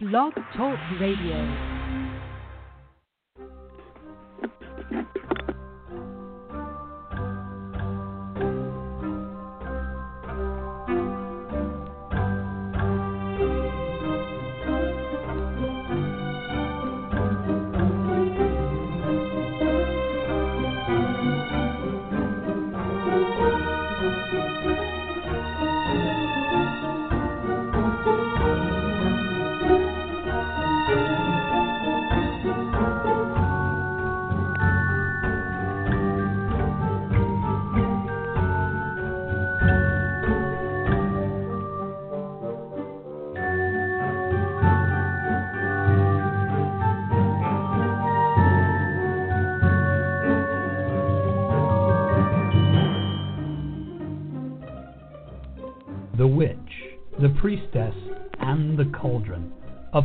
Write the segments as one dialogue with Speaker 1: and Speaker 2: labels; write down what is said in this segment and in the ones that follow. Speaker 1: Blog Talk Radio.
Speaker 2: The Witch, The Priestess, and The Cauldron, a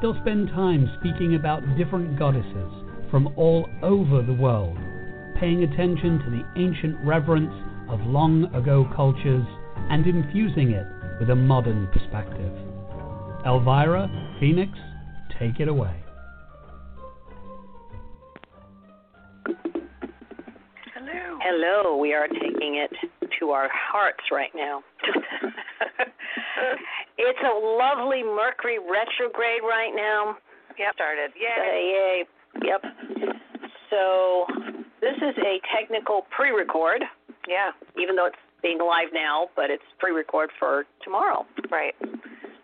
Speaker 2: They'll spend time speaking about different goddesses from all over the world, paying attention to the ancient reverence of long ago cultures and infusing it with a modern perspective. Elvira, Phoenix, take it away.
Speaker 3: Hello.
Speaker 4: Hello, we are taking it to our hearts right now. it's a lovely Mercury retrograde right now.
Speaker 3: Yep. Started.
Speaker 4: Uh,
Speaker 3: Yay.
Speaker 4: yay. Yep. So this is a technical pre-record,
Speaker 3: Yeah.
Speaker 4: even though it's being live now, but it's pre-record for tomorrow
Speaker 3: Right.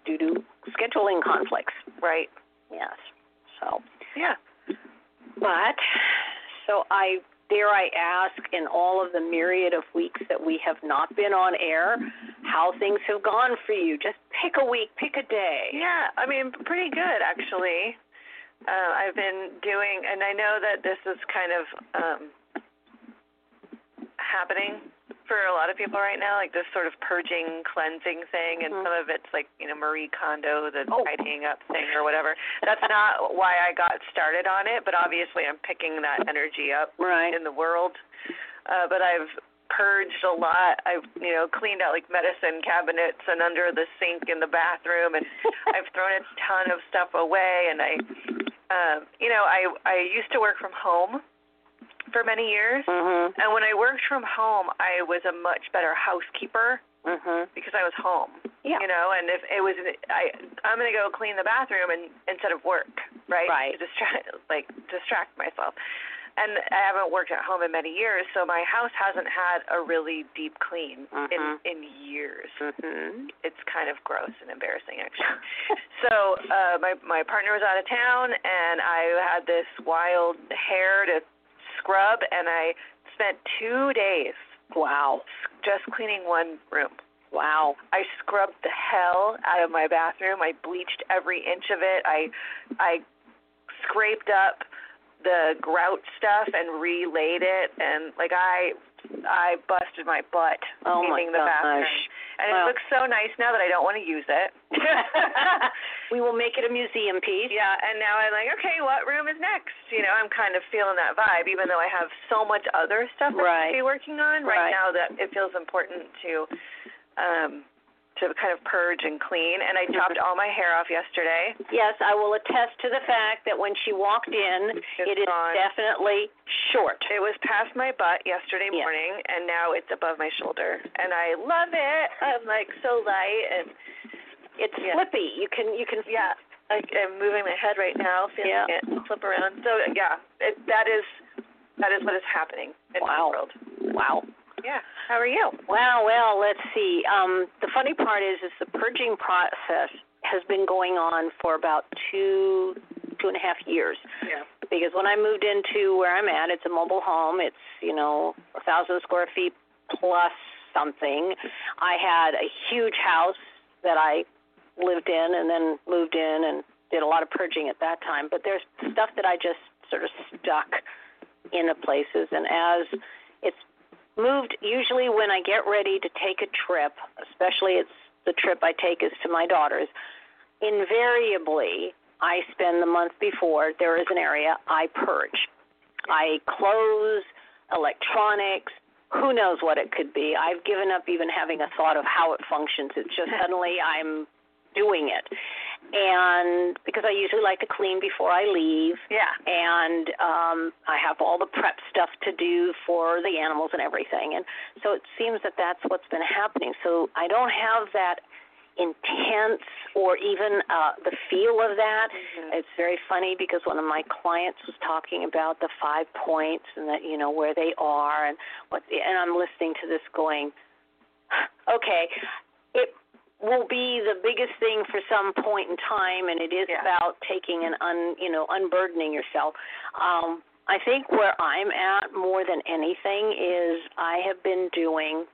Speaker 4: due to scheduling conflicts.
Speaker 3: Right.
Speaker 4: Yes. So,
Speaker 3: Yeah.
Speaker 4: but so I dare I ask in all of the myriad of weeks that we have not been on air, how things have gone for you? Just pick a week, pick a day.
Speaker 3: Yeah. I mean, pretty good actually. Uh, I've been doing, and I know that this is kind of um, happening for a lot of people right now, like this sort of purging, cleansing thing, and
Speaker 4: Mhm.
Speaker 3: some of it's like you know Marie Kondo, the
Speaker 4: Oh.
Speaker 3: tidying up thing or whatever. That's not why I got started on it, but obviously I'm picking that energy up
Speaker 4: Right.
Speaker 3: in the world. Uh, but I've purged a lot. I've you know cleaned out like medicine cabinets and under the sink in the bathroom, and I've thrown a ton of stuff away. And I, um, you know, I I used to work from home for many years,
Speaker 4: Mhm.
Speaker 3: and when I worked from home, I was a much better housekeeper
Speaker 4: Mhm.
Speaker 3: because I was home.
Speaker 4: Yeah.
Speaker 3: mm-hmm. You know, and if it was, I I'm gonna go clean the bathroom and instead of work, right?
Speaker 4: Right.
Speaker 3: To distract, like distract myself. And I haven't worked at home in many years, so my house hasn't had a really deep clean in
Speaker 4: Mhm.
Speaker 3: in years.
Speaker 4: Mhm.
Speaker 3: It's kind of gross and embarrassing, actually. so uh, my my partner was out of town, and I had this wild hair to scrub, and I spent two days
Speaker 4: Wow.
Speaker 3: just cleaning one room.
Speaker 4: Wow.
Speaker 3: I scrubbed the hell out of my bathroom. I bleached every inch of it. I I scraped up the grout stuff and relaid it and like I I busted my butt
Speaker 4: Oh my
Speaker 3: cleaning the bathroom.
Speaker 4: gosh.
Speaker 3: And
Speaker 4: Wow.
Speaker 3: it looks so nice now that I don't want to use it.
Speaker 4: we will make it a museum piece.
Speaker 3: yeah, and now I'm like, okay, what room is next? You know, I'm kind of feeling that vibe even though I have so much other stuff that
Speaker 4: Right.
Speaker 3: to be working on
Speaker 4: Right.
Speaker 3: right, now that it feels important to um to kind of purge and clean and I chopped
Speaker 4: Mm-hmm.
Speaker 3: all my hair off yesterday.
Speaker 4: Yes, I will attest to the fact that when she walked in, it is
Speaker 3: gone.
Speaker 4: definitely short.
Speaker 3: It was past my butt yesterday
Speaker 4: Yeah.
Speaker 3: morning and now it's above my shoulder and I love it. I'm like so light and
Speaker 4: It's
Speaker 3: Yeah.
Speaker 4: slippy. You can you can
Speaker 3: yeah, like I'm moving my head right now, feeling
Speaker 4: Yeah.
Speaker 3: it flip around. So yeah, it, that is that is what is happening in
Speaker 4: Wow.
Speaker 3: my world.
Speaker 4: Wow.
Speaker 3: Yeah. How are you?
Speaker 4: Wow, well, let's see. Um the funny part is is the purging process has been going on for about two two and a half years.
Speaker 3: Yeah.
Speaker 4: because when I moved into where I'm at, it's a mobile home. It's you know a thousand square feet plus something. I had a huge house that I lived in, and then moved in and did a lot of purging at that time, but there's stuff that I just sort of stuck into places. And as it's moved, usually when I get ready to take a trip, especially it's the trip I take is to my daughter's, invariably I spend the month before there is an area I purge. I close electronics, who knows what it could be. I've given up even having a thought of how it functions. It's just suddenly I'm doing it. And because I usually like to clean before I leave.
Speaker 3: Yeah.
Speaker 4: And um I have all the prep stuff to do for the animals and everything. And so it seems that that's what's been happening. So I don't have that intense or even uh the feel of that.
Speaker 3: Mhm.
Speaker 4: It's very funny because one of my clients was talking about the five points and that you know where they are and what and I'm listening to this going okay it will be the biggest thing for some point in time and it is
Speaker 3: Yeah.
Speaker 4: about taking an un you know unburdening yourself um I think where I'm at more than anything is I have been doing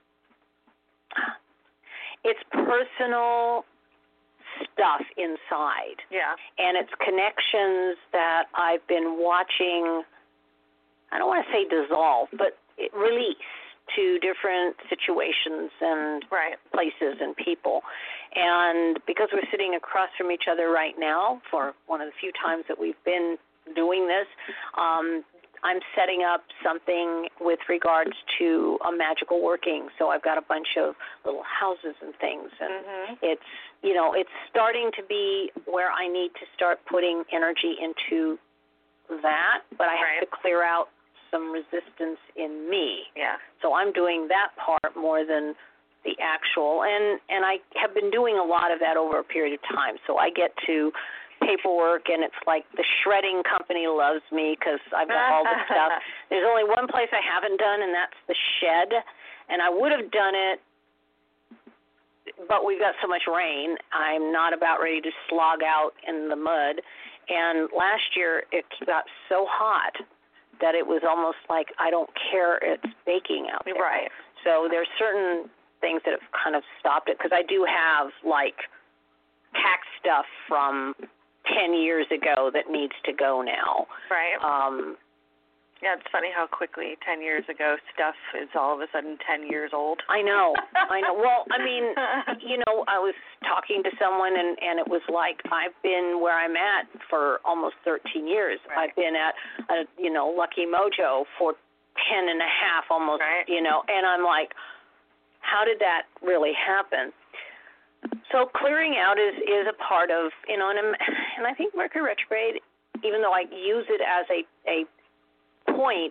Speaker 4: it's personal stuff inside
Speaker 3: Yeah.
Speaker 4: and it's connections that I've been watching. I don't want to say dissolve, but it- release to different situations and
Speaker 3: Right.
Speaker 4: places and people. And because we're sitting across from each other right now, for one of the few times that we've been doing this, um, I'm setting up something with regards to a magical working. So I've got a bunch of little houses and things and
Speaker 3: Mhm.
Speaker 4: it's you know it's starting to be where I need to start putting energy into that, but I have
Speaker 3: Right.
Speaker 4: to clear out some resistance in me.
Speaker 3: Yeah.
Speaker 4: So I'm doing that part more than the actual and and I have been doing a lot of that over a period of time. So I get to paperwork and it's like the shredding company loves me cuz I've got all the stuff there's only one place I haven't done, and that's the shed. And I would have done it, but we've got so much rain. I'm not about ready to slog out in the mud. And last year it got so hot that it was almost like I don't care. It's baking out there.
Speaker 3: Right.
Speaker 4: So there's certain things that have kind of stopped it because I do have like tax stuff from 10 years ago that needs to go now.
Speaker 3: Right.
Speaker 4: Um,
Speaker 3: Yeah, it's funny how quickly ten years ago stuff is all of a sudden ten years old.
Speaker 4: I know. Oh, I know. Well, I mean, you know, I was talking to someone and and it was like I've been where I'm at for almost 13 years.
Speaker 3: Right.
Speaker 4: I've been at a you know, Lucky Mojo for ten and a half almost,
Speaker 3: Right.
Speaker 4: you know, and I'm like how did that really happen? So clearing out is is a part of, you know, and I'm, and I think Mercury retrograde even though I use it as a a point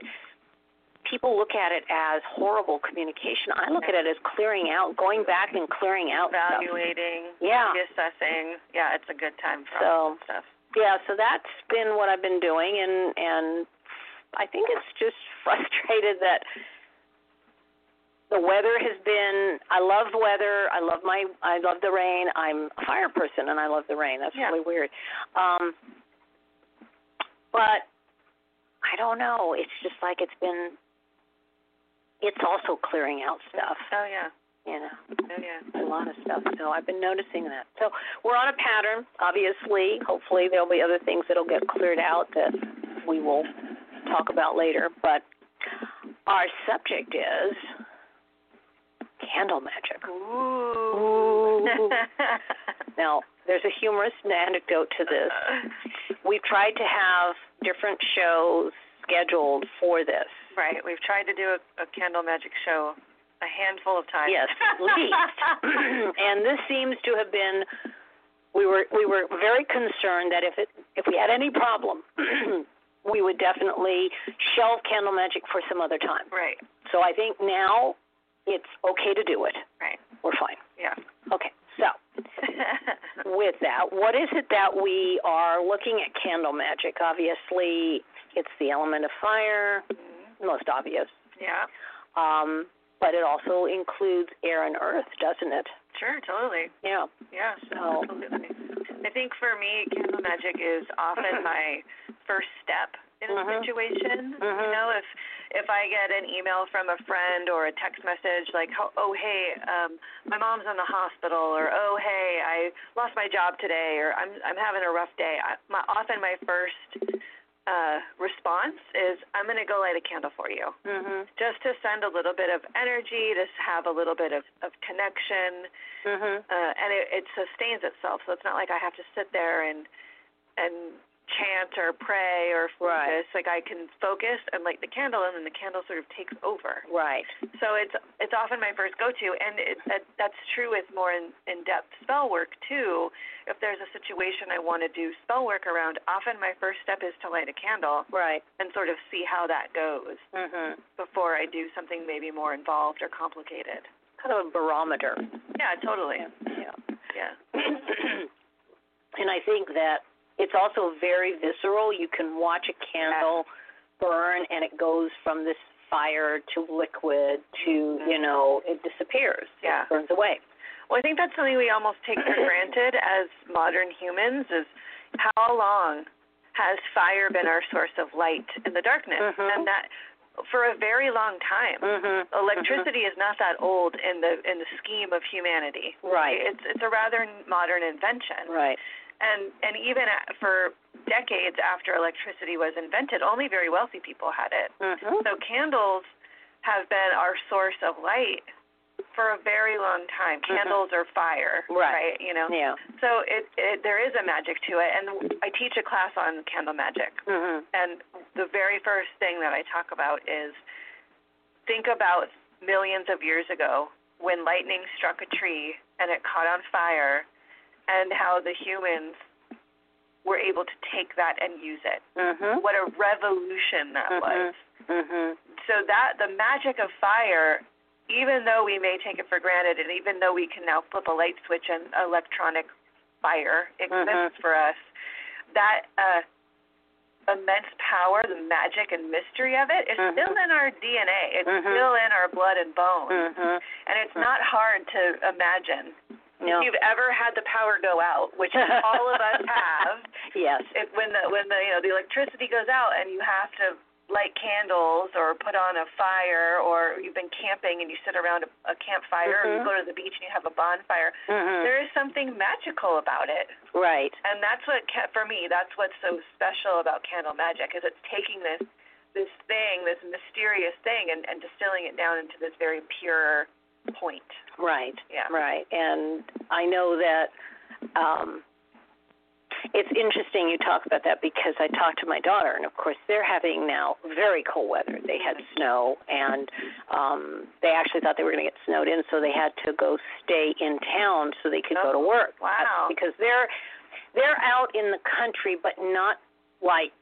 Speaker 4: people look at it as horrible communication. I look at it as clearing out, going back and clearing out stuff.
Speaker 3: Evaluating,
Speaker 4: Yeah.
Speaker 3: reassessing. Yeah, it's a good time for all
Speaker 4: So-
Speaker 3: that stuff.
Speaker 4: Yeah, so that's been what I've been doing and and I think it's just frustrated that the weather has been I love weather, I love my I love the rain. I'm a fire person and I love the rain. That's
Speaker 3: Yeah.
Speaker 4: really weird. Um but I don't know. It's just like it's been it's also clearing out stuff,
Speaker 3: Oh yeah.
Speaker 4: you know.
Speaker 3: Oh yeah.
Speaker 4: a lot of stuff. So I've been noticing that. So we're on a pattern, obviously. Hopefully there'll be other things that'll get cleared out that we will talk about later. But our subject is candle magic.
Speaker 3: Ooh.
Speaker 4: Now, there's a humorous anecdote to this. We've tried to have different shows scheduled for this.
Speaker 3: Right. We've tried to do a, a candle magic show a handful of times.
Speaker 4: Yes, at least. and this seems to have been we were we were very concerned that if it if we had any problem, we would definitely shelve candle magic for some other time.
Speaker 3: right.
Speaker 4: So I think now it's okay to do it.
Speaker 3: Right.
Speaker 4: We're fine.
Speaker 3: Yeah.
Speaker 4: Okay. So, with that, what is it that we are looking at candle magic? Obviously, it's the element of fire, most obvious.
Speaker 3: yeah.
Speaker 4: Um, but it also includes air and earth, doesn't it?
Speaker 3: Sure. Totally.
Speaker 4: Yeah.
Speaker 3: Yeah.
Speaker 4: So-
Speaker 3: Absolutely. I think for me, candle magic is often my first step in a
Speaker 4: Mhm.
Speaker 3: situation. You
Speaker 4: Mhm.
Speaker 3: know, if if I get an email from a friend or a text message like, "Ho- "Oh, hey, um, my mom's in the hospital," or "Oh, hey, I lost my job today," or "I'm I'm having a rough day," I, my, often my first uh, response is, "I'm going to go light a candle for you."
Speaker 4: Mhm.
Speaker 3: just to send a little bit of energy, to have a little bit of, of connection,
Speaker 4: Mhm.
Speaker 3: uh, and it, it sustains itself. So it's not like I have to sit there and and chant or pray or
Speaker 4: Right.
Speaker 3: focus. Like I can focus and light the candle, and then the candle sort of takes over.
Speaker 4: Right.
Speaker 3: So it's it's often my first go-to, and it, that, that's true with more in, in-depth spell work too. If there's a situation I want to do spell work around, often my first step is to light a candle
Speaker 4: Right.
Speaker 3: and sort of see how that goes
Speaker 4: Mhm.
Speaker 3: before I do something maybe more involved or complicated.
Speaker 4: Kind of a barometer.
Speaker 3: Yeah, totally.
Speaker 4: Yeah.
Speaker 3: Yeah.
Speaker 4: and I think that it's also very visceral. You can watch a candle burn, and it goes from this fire to liquid to you know it disappears.
Speaker 3: Mm-hmm. Yeah.
Speaker 4: It burns away.
Speaker 3: Well, I think that's something we almost take for granted as modern humans is how long has fire been our source of light in the darkness?
Speaker 4: Mhm.
Speaker 3: And that for a very long time.
Speaker 4: Mhm.
Speaker 3: Electricity is not that old in the in the scheme of humanity.
Speaker 4: Right.
Speaker 3: It's it's a rather modern invention.
Speaker 4: Right.
Speaker 3: And and even a- for decades after electricity was invented, only very wealthy people had it.
Speaker 4: Mhm.
Speaker 3: So candles have been our source of light for a very long time. Candles are fire,
Speaker 4: Mm-hmm. Right.
Speaker 3: You know.
Speaker 4: Yeah.
Speaker 3: So it, it there is a magic to it, and I teach a class on candle magic.
Speaker 4: Mhm.
Speaker 3: And the very first thing that I talk about is think about millions of years ago when lightning struck a tree and it caught on fire, and how the humans were able to take that and use it.
Speaker 4: Mhm.
Speaker 3: What a revolution that
Speaker 4: Mhm.
Speaker 3: was
Speaker 4: Mhm.
Speaker 3: so that the magic of fire even though we may take it for granted and even though we can now flip a light switch and electronic fire exists
Speaker 4: Mhm.
Speaker 3: for us that uh immense power the magic and mystery of it is
Speaker 4: Mhm.
Speaker 3: still in our dna it's
Speaker 4: Mhm.
Speaker 3: still in our blood and bone
Speaker 4: Mhm.
Speaker 3: and it's not hard to imagine
Speaker 4: No.
Speaker 3: if you've ever had the power go out which all of us have
Speaker 4: Yes.
Speaker 3: it, when the when the you know the electricity goes out and you have to light candles or put on a fire or you've been camping and you sit around a, a campfire or you
Speaker 4: Mhm.
Speaker 3: go to the beach and you have a bonfire
Speaker 4: Mhm.
Speaker 3: there is something magical about it
Speaker 4: Right.
Speaker 3: and that's what ca- for me that's what's so special about candle magic is it's taking this this thing this mysterious thing and, and distilling it down into this very pure point
Speaker 4: Right.
Speaker 3: yeah
Speaker 4: Right. And I know that um it's interesting you talk about that because I talked to my daughter and of course they're having now very cold weather. They had snow and um they actually thought they were going to get snowed in so they had to go stay in town so they could go to work.
Speaker 3: Oh, wow
Speaker 4: Because they're they're out in the country but not like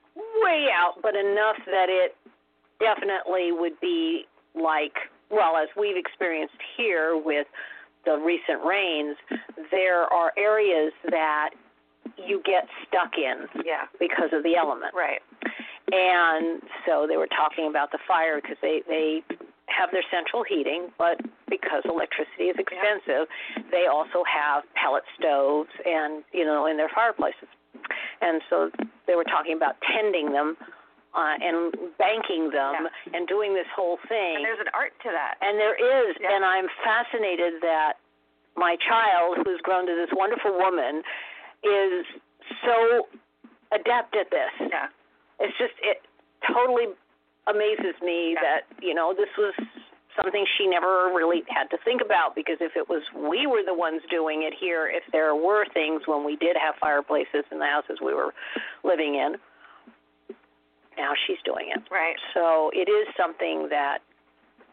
Speaker 4: way out but enough that it definitely would be like well as we've experienced here with the recent rains there are areas that you get stuck in
Speaker 3: yeah
Speaker 4: because of the element
Speaker 3: right
Speaker 4: and so they were talking about the fire because they they have their central heating but because electricity is expensive they also have pellet stoves and you know in their fireplaces and so they were talking about tending them uh, and banking them and doing this whole thing
Speaker 3: and there's an art to that
Speaker 4: and there is,
Speaker 3: Yeah.
Speaker 4: and I'm fascinated that my child, who's grown to this wonderful woman, is so adept at this.
Speaker 3: yeah
Speaker 4: It's just it totally amazes me
Speaker 3: Yeah.
Speaker 4: that you know this was something she never really had to think about because if it was we were the ones doing it here, if there were things when we did have fireplaces in the houses we were living in, now she's doing it.
Speaker 3: right
Speaker 4: So it is something that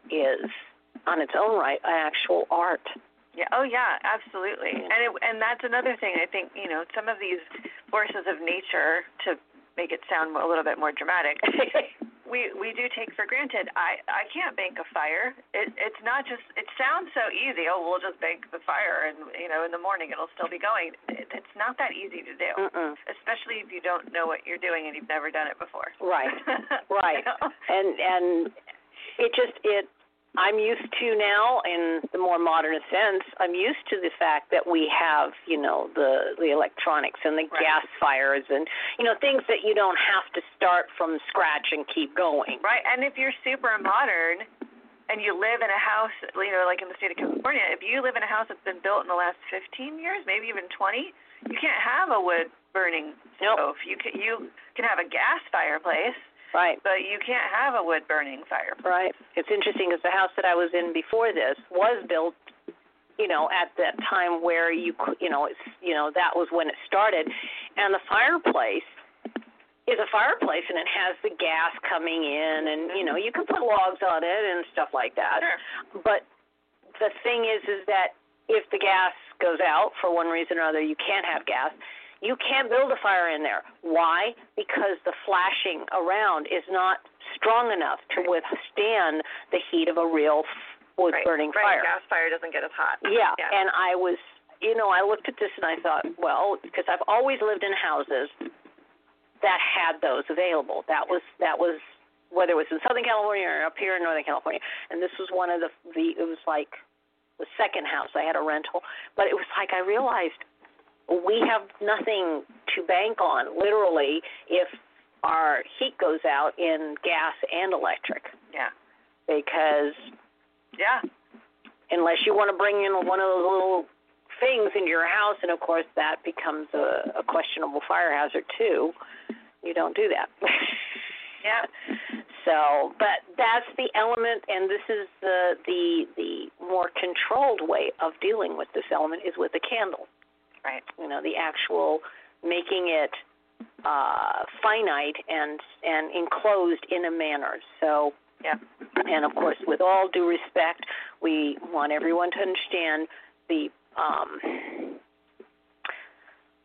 Speaker 4: is, on its own right, an actual art.
Speaker 3: Yeah. Oh, yeah. Absolutely. And it, and that's another thing. I think you know some of these forces of nature to make it sound a little bit more dramatic. we we do take for granted. I I can't bank a fire. It it's not just. It sounds so easy. Oh, we'll just bank the fire, and you know, in the morning it'll still be going. It, it's not that easy to do,
Speaker 4: Mm-mm.
Speaker 3: especially if you don't know what you're doing and you've never done it before.
Speaker 4: Right.
Speaker 3: You
Speaker 4: Right.
Speaker 3: know?
Speaker 4: And and it just it I'm used to now, in the more modern sense, I'm used to the fact that we have, you know, the the electronics and the
Speaker 3: Right.
Speaker 4: gas fires and you know things that you don't have to start from scratch and keep going.
Speaker 3: Right, and if you're super modern and you live in a house, you know, like in the state of California, if you live in a house that's been built in the last 15 years, maybe even 20, you can't have a wood burning
Speaker 4: Nope.
Speaker 3: stove. You can you can have a gas fireplace,
Speaker 4: Right.
Speaker 3: but you can't have a wood burning fireplace.
Speaker 4: Right. It's interesting because the house that I was in before this was built, you know, at that time where you, cou- you know, it's, you know, that was when it started, and the fireplace is a fireplace and it has the gas coming in, and you know, you can put logs on it and stuff like that.
Speaker 3: Sure.
Speaker 4: But the thing is, is that if the gas goes out for one reason or another, you can't have gas. You can't build a fire in there. Why? Because the flashing around is not strong enough to withstand the heat of a real wood
Speaker 3: Right,
Speaker 4: burning
Speaker 3: right.
Speaker 4: fire.
Speaker 3: Gas fire doesn't get as hot.
Speaker 4: Yeah,
Speaker 3: Yeah.
Speaker 4: and I was, you know, I looked at this and I thought, well, because I've always lived in houses that had those available. That was that was whether it was in Southern California or up here in Northern California, and this was one of the the it was like the second house I had a rental, but it was like I realized we have nothing to bank on literally if our heat goes out in gas and electric
Speaker 3: Yeah.
Speaker 4: because
Speaker 3: Yeah.
Speaker 4: unless you want to bring in one of those little things into your house, and of course that becomes a, a questionable fire hazard too. You don't do that.
Speaker 3: Yeah.
Speaker 4: so, but that's the element, and this is the the the more controlled way of dealing with this element is with a candle.
Speaker 3: Right.
Speaker 4: You know, the actual making it uh, finite and and enclosed in a manner. So
Speaker 3: Yeah.
Speaker 4: and of course, with all due respect, we want everyone to understand the um,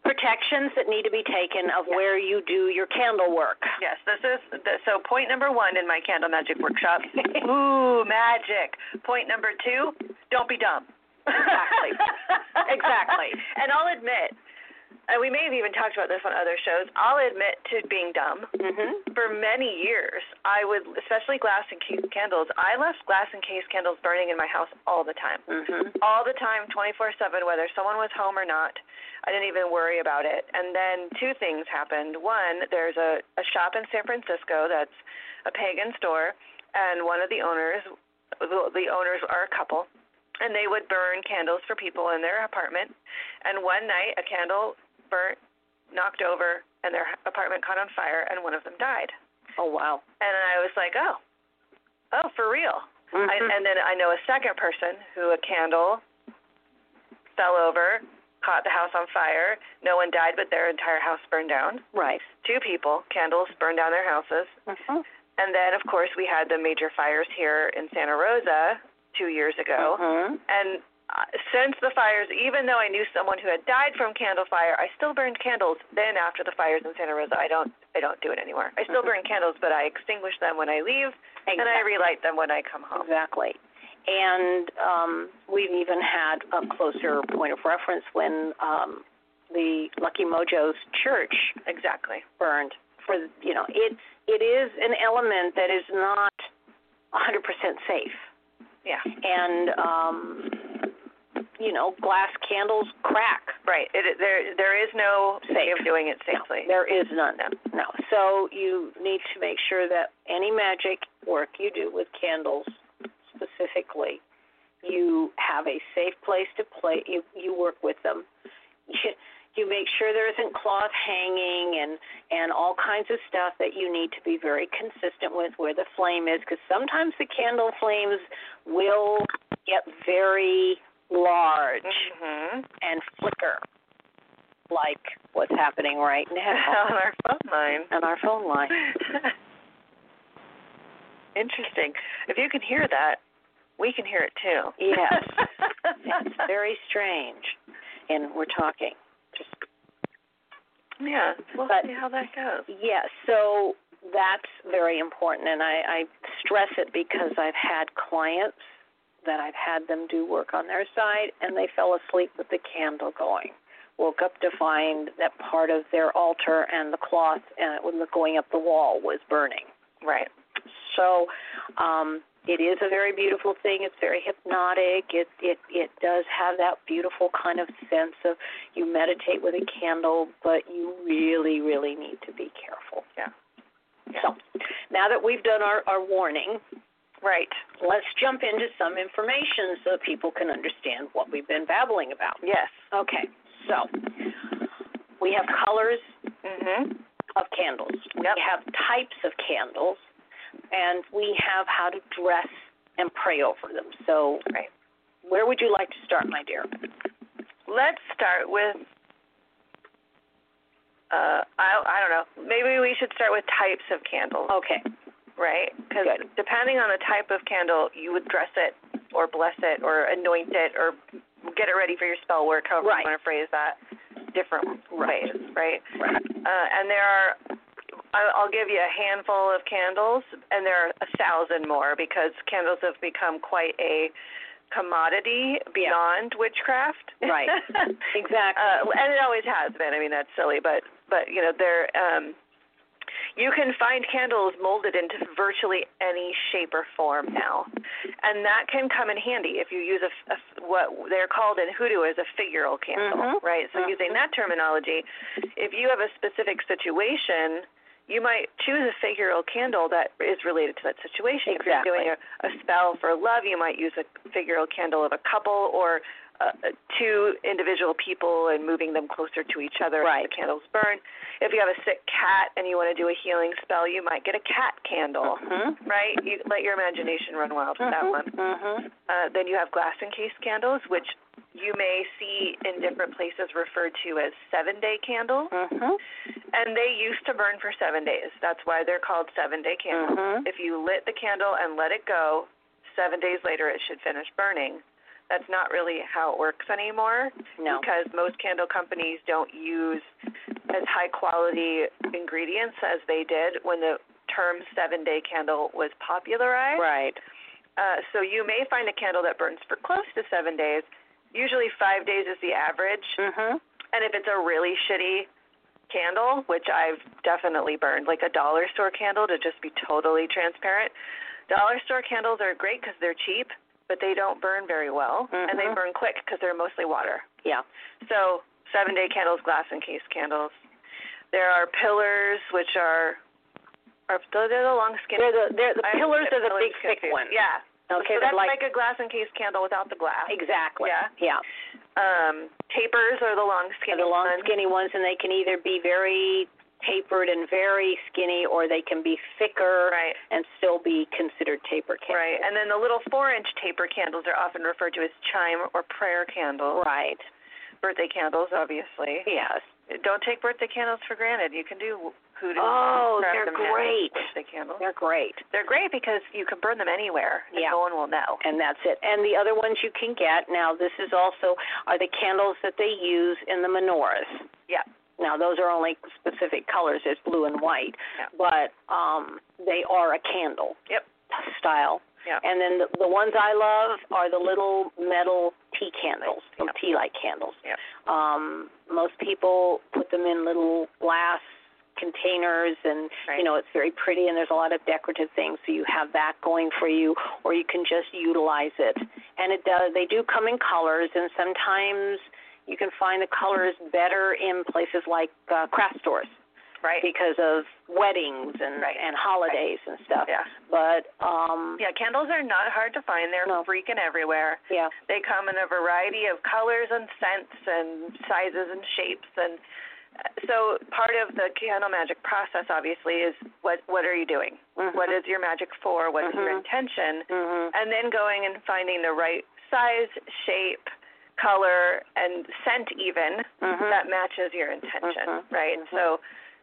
Speaker 4: protections that need to be taken of
Speaker 3: Yeah.
Speaker 4: where you do your candle work.
Speaker 3: Yes, this is the, so point number one in my candle magic workshop. Ooh, magic. Point number two, don't be dumb.
Speaker 4: Exactly. Exactly.
Speaker 3: And I'll admit, and we may have even talked about this on other shows. I'll admit to being dumb.
Speaker 4: Mm-hmm.
Speaker 3: For many years, I would, especially glass and case candles. I left glass and case candles burning in my house all the time
Speaker 4: Mm-hmm.
Speaker 3: all the time, 24 7, whether someone was home or not. I didn't even worry about it. And then two things happened. One, there's a, a shop in San Francisco that's a pagan store, and one of the owners, the, the owners are a couple, and they would burn candles for people in their apartment. And one night, a candle burnt, knocked over, and their apartment caught on fire, and one of them died.
Speaker 4: Oh wow.
Speaker 3: And I was like, oh, oh, for real. I,
Speaker 4: Mhm.
Speaker 3: and then I know a second person who a candle fell over, caught the house on fire. No one died, but their entire house burned down.
Speaker 4: right.
Speaker 3: Two people, candles burned down their houses.
Speaker 4: Mm-hmm.
Speaker 3: And then, of course, we had the major fires here in Santa Rosa two years ago.
Speaker 4: Mm-hmm.
Speaker 3: And uh, since the fires, even though I knew someone who had died from candle fire, I still burned candles. Then after the fires in Santa Rosa, I don't, I don't do it anymore. I still burn candles, but I extinguish them when I leave, and I relight them when I come home.
Speaker 4: Exactly. And um, we've even had a closer point of reference when um, the Lucky Mojo's church
Speaker 3: Exactly.
Speaker 4: burned for you know it's it is an element that is not 100% safe
Speaker 3: Yeah.
Speaker 4: and um you know glass candles crack
Speaker 3: Right. It, it- there, there is no way
Speaker 4: Safe.
Speaker 3: of doing it
Speaker 4: No,
Speaker 3: safely.
Speaker 4: there is none no so you need to make sure that any magic work you do with candles specifically you have a safe place to play you you work with them you, you make sure there isn't cloth hanging and and all kinds of stuff that you need to be very consistent with where the flame is because sometimes the candle flames will get very large
Speaker 3: Mm-hmm.
Speaker 4: and flicker like what's happening right now
Speaker 3: On our phone line.
Speaker 4: on our phone line
Speaker 3: Interesting. If you can hear that, we can hear it too.
Speaker 4: Yes. it's very strange and we're talking just
Speaker 3: yeah. We'll
Speaker 4: But-
Speaker 3: see how that goes.
Speaker 4: Yeah, so that's very important, and I, I stress it because I've had clients that I've had them do work on their side, and they fell asleep with the candle going. Woke up to find that part of their altar and the uh, cloth and it was going up the wall was burning.
Speaker 3: Right.
Speaker 4: So um, it is a very beautiful thing. It's very hypnotic. It it it does have that beautiful kind of sense of you meditate with a candle, but you really really need to be careful.
Speaker 3: Yeah.
Speaker 4: So, now that we've done our our warning,
Speaker 3: Right.
Speaker 4: let's jump into some information so that people can understand what we've been babbling about.
Speaker 3: Yes.
Speaker 4: Okay. So, we have colors
Speaker 3: Mhm.
Speaker 4: of candles. We
Speaker 3: Yep.
Speaker 4: have types of candles, and we have how to dress and pray over them. So,
Speaker 3: Right.
Speaker 4: where would you like to start, my dear?
Speaker 3: Let's start with uh I I don't know. Maybe we should start with types of candles,
Speaker 4: Okay.
Speaker 3: right? Cuz
Speaker 4: Good.
Speaker 3: depending on the type of candle, you would dress it or bless it or anoint it or get it ready for your spell work, however
Speaker 4: Right.
Speaker 3: you want to phrase that. Different
Speaker 4: Right.
Speaker 3: ways, right?
Speaker 4: Right.
Speaker 3: Uh, and there are, I- I'll give you a handful of candles, and there are a thousand more because candles have become quite a commodity beyond witchcraft.
Speaker 4: Right. Exactly.
Speaker 3: uh, and it always has been. I mean, that's silly, but but you know, they're um, you can find candles molded into virtually any shape or form now, and that can come in handy if you use a, a what they're called in hoodoo is a figural candle,
Speaker 4: Mhm.
Speaker 3: right? So
Speaker 4: Mhm.
Speaker 3: using that terminology, if you have a specific situation. You might choose a figural candle that is related to that situation. If
Speaker 4: Exactly.
Speaker 3: you're doing a, a spell for love, you might use a figural candle of a couple or uh, two individual people and moving them closer to each other as
Speaker 4: Right.
Speaker 3: the candles burn. If you have a sick cat and you want to do a healing spell, you might get a cat candle,
Speaker 4: Mhm.
Speaker 3: right? You let your imagination run wild with that
Speaker 4: Mhm.
Speaker 3: one.
Speaker 4: Mhm.
Speaker 3: Uh, then you have glass encased candles, which you may see in different places referred to as seven day candles.
Speaker 4: Mhm.
Speaker 3: And they used to burn for seven days. That's why they're called seven day candles.
Speaker 4: Mhm.
Speaker 3: If you lit the candle and let it go, seven days later it should finish burning. That's not really how it works anymore
Speaker 4: No.
Speaker 3: because most candle companies don't use as high quality ingredients as they did when the term seven day candle was popularized.
Speaker 4: Right.
Speaker 3: Uh, so you may find a candle that burns for close to seven days. Usually five days is the average.
Speaker 4: Mhm.
Speaker 3: And if it's a really shitty candle, which I've definitely burned, like a dollar store candle, to just be totally transparent, dollar store candles are great because they're cheap, but they don't burn very well, and they
Speaker 4: Mhm.
Speaker 3: burn quick because they're mostly water.
Speaker 4: Yeah.
Speaker 3: So seven day candles, glass encased candles. There are pillars, which are are they're the long skin.
Speaker 4: They're the they're the
Speaker 3: I always
Speaker 4: pillars
Speaker 3: get
Speaker 4: are the big
Speaker 3: pillars
Speaker 4: thick
Speaker 3: confused.
Speaker 4: ones.
Speaker 3: Yeah.
Speaker 4: Okay.
Speaker 3: so
Speaker 4: they're
Speaker 3: that's
Speaker 4: like,
Speaker 3: like a glass encased candle without the glass.
Speaker 4: exactly.
Speaker 3: Yeah.
Speaker 4: Yeah.
Speaker 3: Um, tapers are the long skinny
Speaker 4: the long
Speaker 3: ones.
Speaker 4: skinny ones and they can either be very tapered and very skinny or they can be thicker
Speaker 3: Right.
Speaker 4: and still be considered taper candles.
Speaker 3: Right, and then the little four-inch taper candles are often referred to as chime or prayer candles.
Speaker 4: Right.
Speaker 3: Birthday candles, obviously.
Speaker 4: Yes.
Speaker 3: Don't take birthday candles for granted. You can do hoodoo.
Speaker 4: Oh,
Speaker 3: craft
Speaker 4: they're
Speaker 3: them now,
Speaker 4: great.
Speaker 3: Birthday candles.
Speaker 4: They're great.
Speaker 3: They're great because you can burn them anywhere and
Speaker 4: Yeah.
Speaker 3: no one will know.
Speaker 4: And that's it. And the other ones you can get now this is also are the candles that they use in the menorahs.
Speaker 3: Yeah.
Speaker 4: Now those are only specific colors, there's blue and white.
Speaker 3: Yeah.
Speaker 4: But um they are a candle
Speaker 3: Yep.
Speaker 4: style.
Speaker 3: Yeah.
Speaker 4: And then the, the ones I love are the little metal tea candles, little
Speaker 3: Yeah.
Speaker 4: tea light candles.
Speaker 3: Yeah.
Speaker 4: Um, most people put them in little glass containers and
Speaker 3: Right.
Speaker 4: you know it's very pretty and there's a lot of decorative things so you have that going for you or you can just utilize it and it does they do come in colors and sometimes you can find the colors better in places like uh, craft stores
Speaker 3: Right.
Speaker 4: because of weddings and
Speaker 3: Right.
Speaker 4: and holidays and stuff
Speaker 3: Yeah.
Speaker 4: but um
Speaker 3: Yeah, candles are not hard to find. They're
Speaker 4: No.
Speaker 3: freaking everywhere.
Speaker 4: yeah
Speaker 3: They come in a variety of colors and scents and sizes and shapes and uh, so part of the candle magic process obviously is what what are you doing?
Speaker 4: Mhm.
Speaker 3: What is your magic for? What's your
Speaker 4: Mhm.
Speaker 3: intention?
Speaker 4: Mhm.
Speaker 3: And then going and finding the right size, shape, color, and scent even
Speaker 4: Mhm.
Speaker 3: that matches your intention,
Speaker 4: Mhm.
Speaker 3: right?
Speaker 4: Mhm.
Speaker 3: So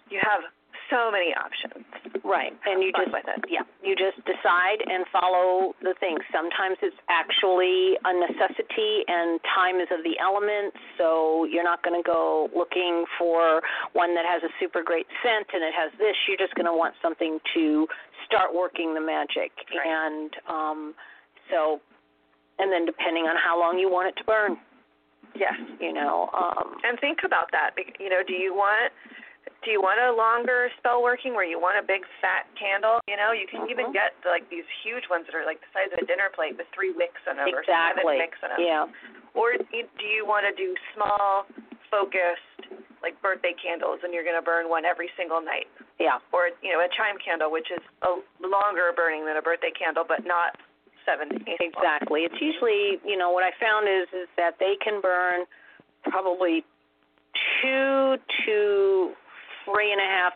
Speaker 3: you have so many options.
Speaker 4: right and you
Speaker 3: Fun
Speaker 4: just
Speaker 3: with it.
Speaker 4: yeah you just decide and follow the things sometimes it's actually a necessity and time is of the element so you're not going to go looking for one that has a super great scent and it has this you're just going to want something to start working the magic
Speaker 3: Right.
Speaker 4: and um so and then depending on how long you want it to burn
Speaker 3: Yes.
Speaker 4: you know um
Speaker 3: And think about that. bec- You know, do you want do you want a longer spell working where you want a big fat candle? You know, you can even
Speaker 4: Mhm.
Speaker 3: get like these huge ones that are like the size of a dinner plate with three wicks in them or
Speaker 4: exactly.
Speaker 3: seven wicks in them.
Speaker 4: Yeah.
Speaker 3: Or you- do you want to do small, focused, like birthday candles, and you're going to burn one every single night?
Speaker 4: Yeah.
Speaker 3: Or you know, a chime candle, which is a longer burning than a birthday candle, but not seven to eight. long.
Speaker 4: Exactly. It's usually, you know, what I found is is that they can burn probably two to three and a half,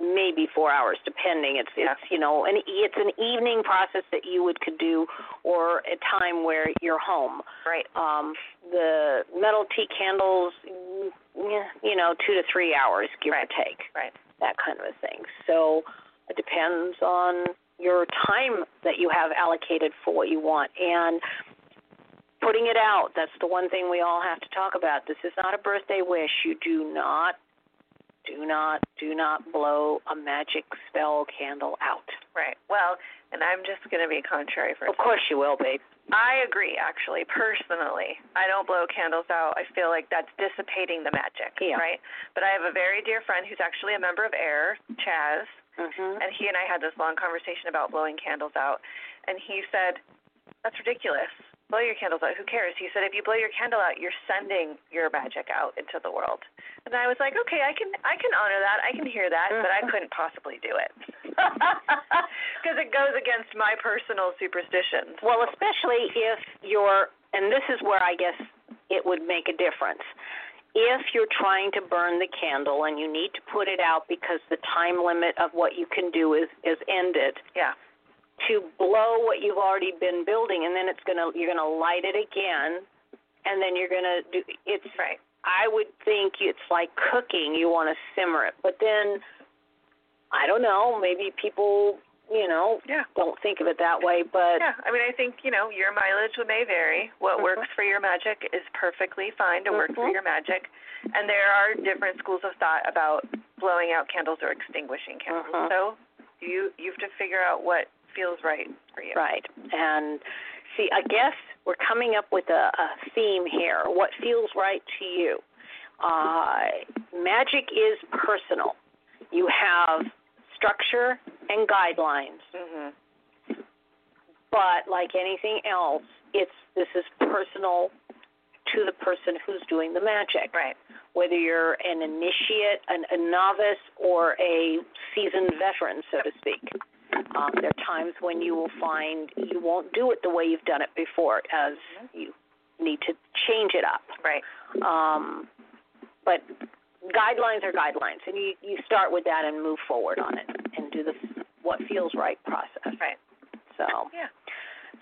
Speaker 4: maybe four hours, depending. It's
Speaker 3: Yeah.
Speaker 4: it's you know, an e- it's an evening process that you would could do, or a time where you're home.
Speaker 3: Right.
Speaker 4: Um, the metal tea candles, mm, yeah, you know, two to three hours, give
Speaker 3: Right.
Speaker 4: or take
Speaker 3: Right.
Speaker 4: that kind of a thing. So it depends on your time that you have allocated for what you want and putting it out. That's the one thing we all have to talk about. This is not a birthday wish. You do not do not do not blow a magic spell candle out.
Speaker 3: Right. Well, and I'm just going to be contrary for a
Speaker 4: Of course you will, babe.
Speaker 3: I agree, actually, personally. I don't blow candles out. I feel like that's dissipating the magic,
Speaker 4: Yeah.
Speaker 3: right? But I have a very dear friend who's actually a member of AIR, Chaz,
Speaker 4: Mhm.
Speaker 3: and he and I had this long conversation about blowing candles out. And he said, That's ridiculous. Blow your candles out. Who cares? He said, If you blow your candle out, you're sending your magic out into the world. And I was like, Okay, I can I can honor that. I can hear that, but I
Speaker 4: Mhm.
Speaker 3: couldn't possibly do it. Because it goes against my personal superstitions.
Speaker 4: Well, especially if you're, and this is where I guess it would make a difference. If you're trying to burn the candle and you need to put it out because the time limit of what you can do is is ended,
Speaker 3: yeah.
Speaker 4: to blow what you've already been building, and then it's gonna you're gonna light it again, and then you're gonna do it's
Speaker 3: Right.
Speaker 4: I would think it's like cooking. You want to simmer it, but then I don't know. Maybe people you know
Speaker 3: Yeah.
Speaker 4: don't think of it that way, but
Speaker 3: Yeah, I mean, I think you know your mileage may vary. What
Speaker 4: Mhm.
Speaker 3: works for your magic is perfectly fine to work for
Speaker 4: Mhm.
Speaker 3: your magic, and there are different schools of thought about blowing out candles or extinguishing candles.
Speaker 4: Mhm.
Speaker 3: So you you have to figure out what feels right for you.
Speaker 4: Right. And see, I guess we're coming up with a, a theme here. What feels right to you? Uh, magic is personal. You have structure and guidelines,
Speaker 3: Mhm.
Speaker 4: but like anything else, it's this is personal to the person who's doing the magic.
Speaker 3: Right.
Speaker 4: Whether you're an initiate, an, a novice, or a seasoned veteran, so to speak. Um, there are times when you will find you won't do it the way you've done it before, as you need to change it up.
Speaker 3: Right.
Speaker 4: Um, but guidelines are guidelines, and you, you start with that and move forward on it and do the what feels right process.
Speaker 3: Right.
Speaker 4: So,
Speaker 3: Yeah.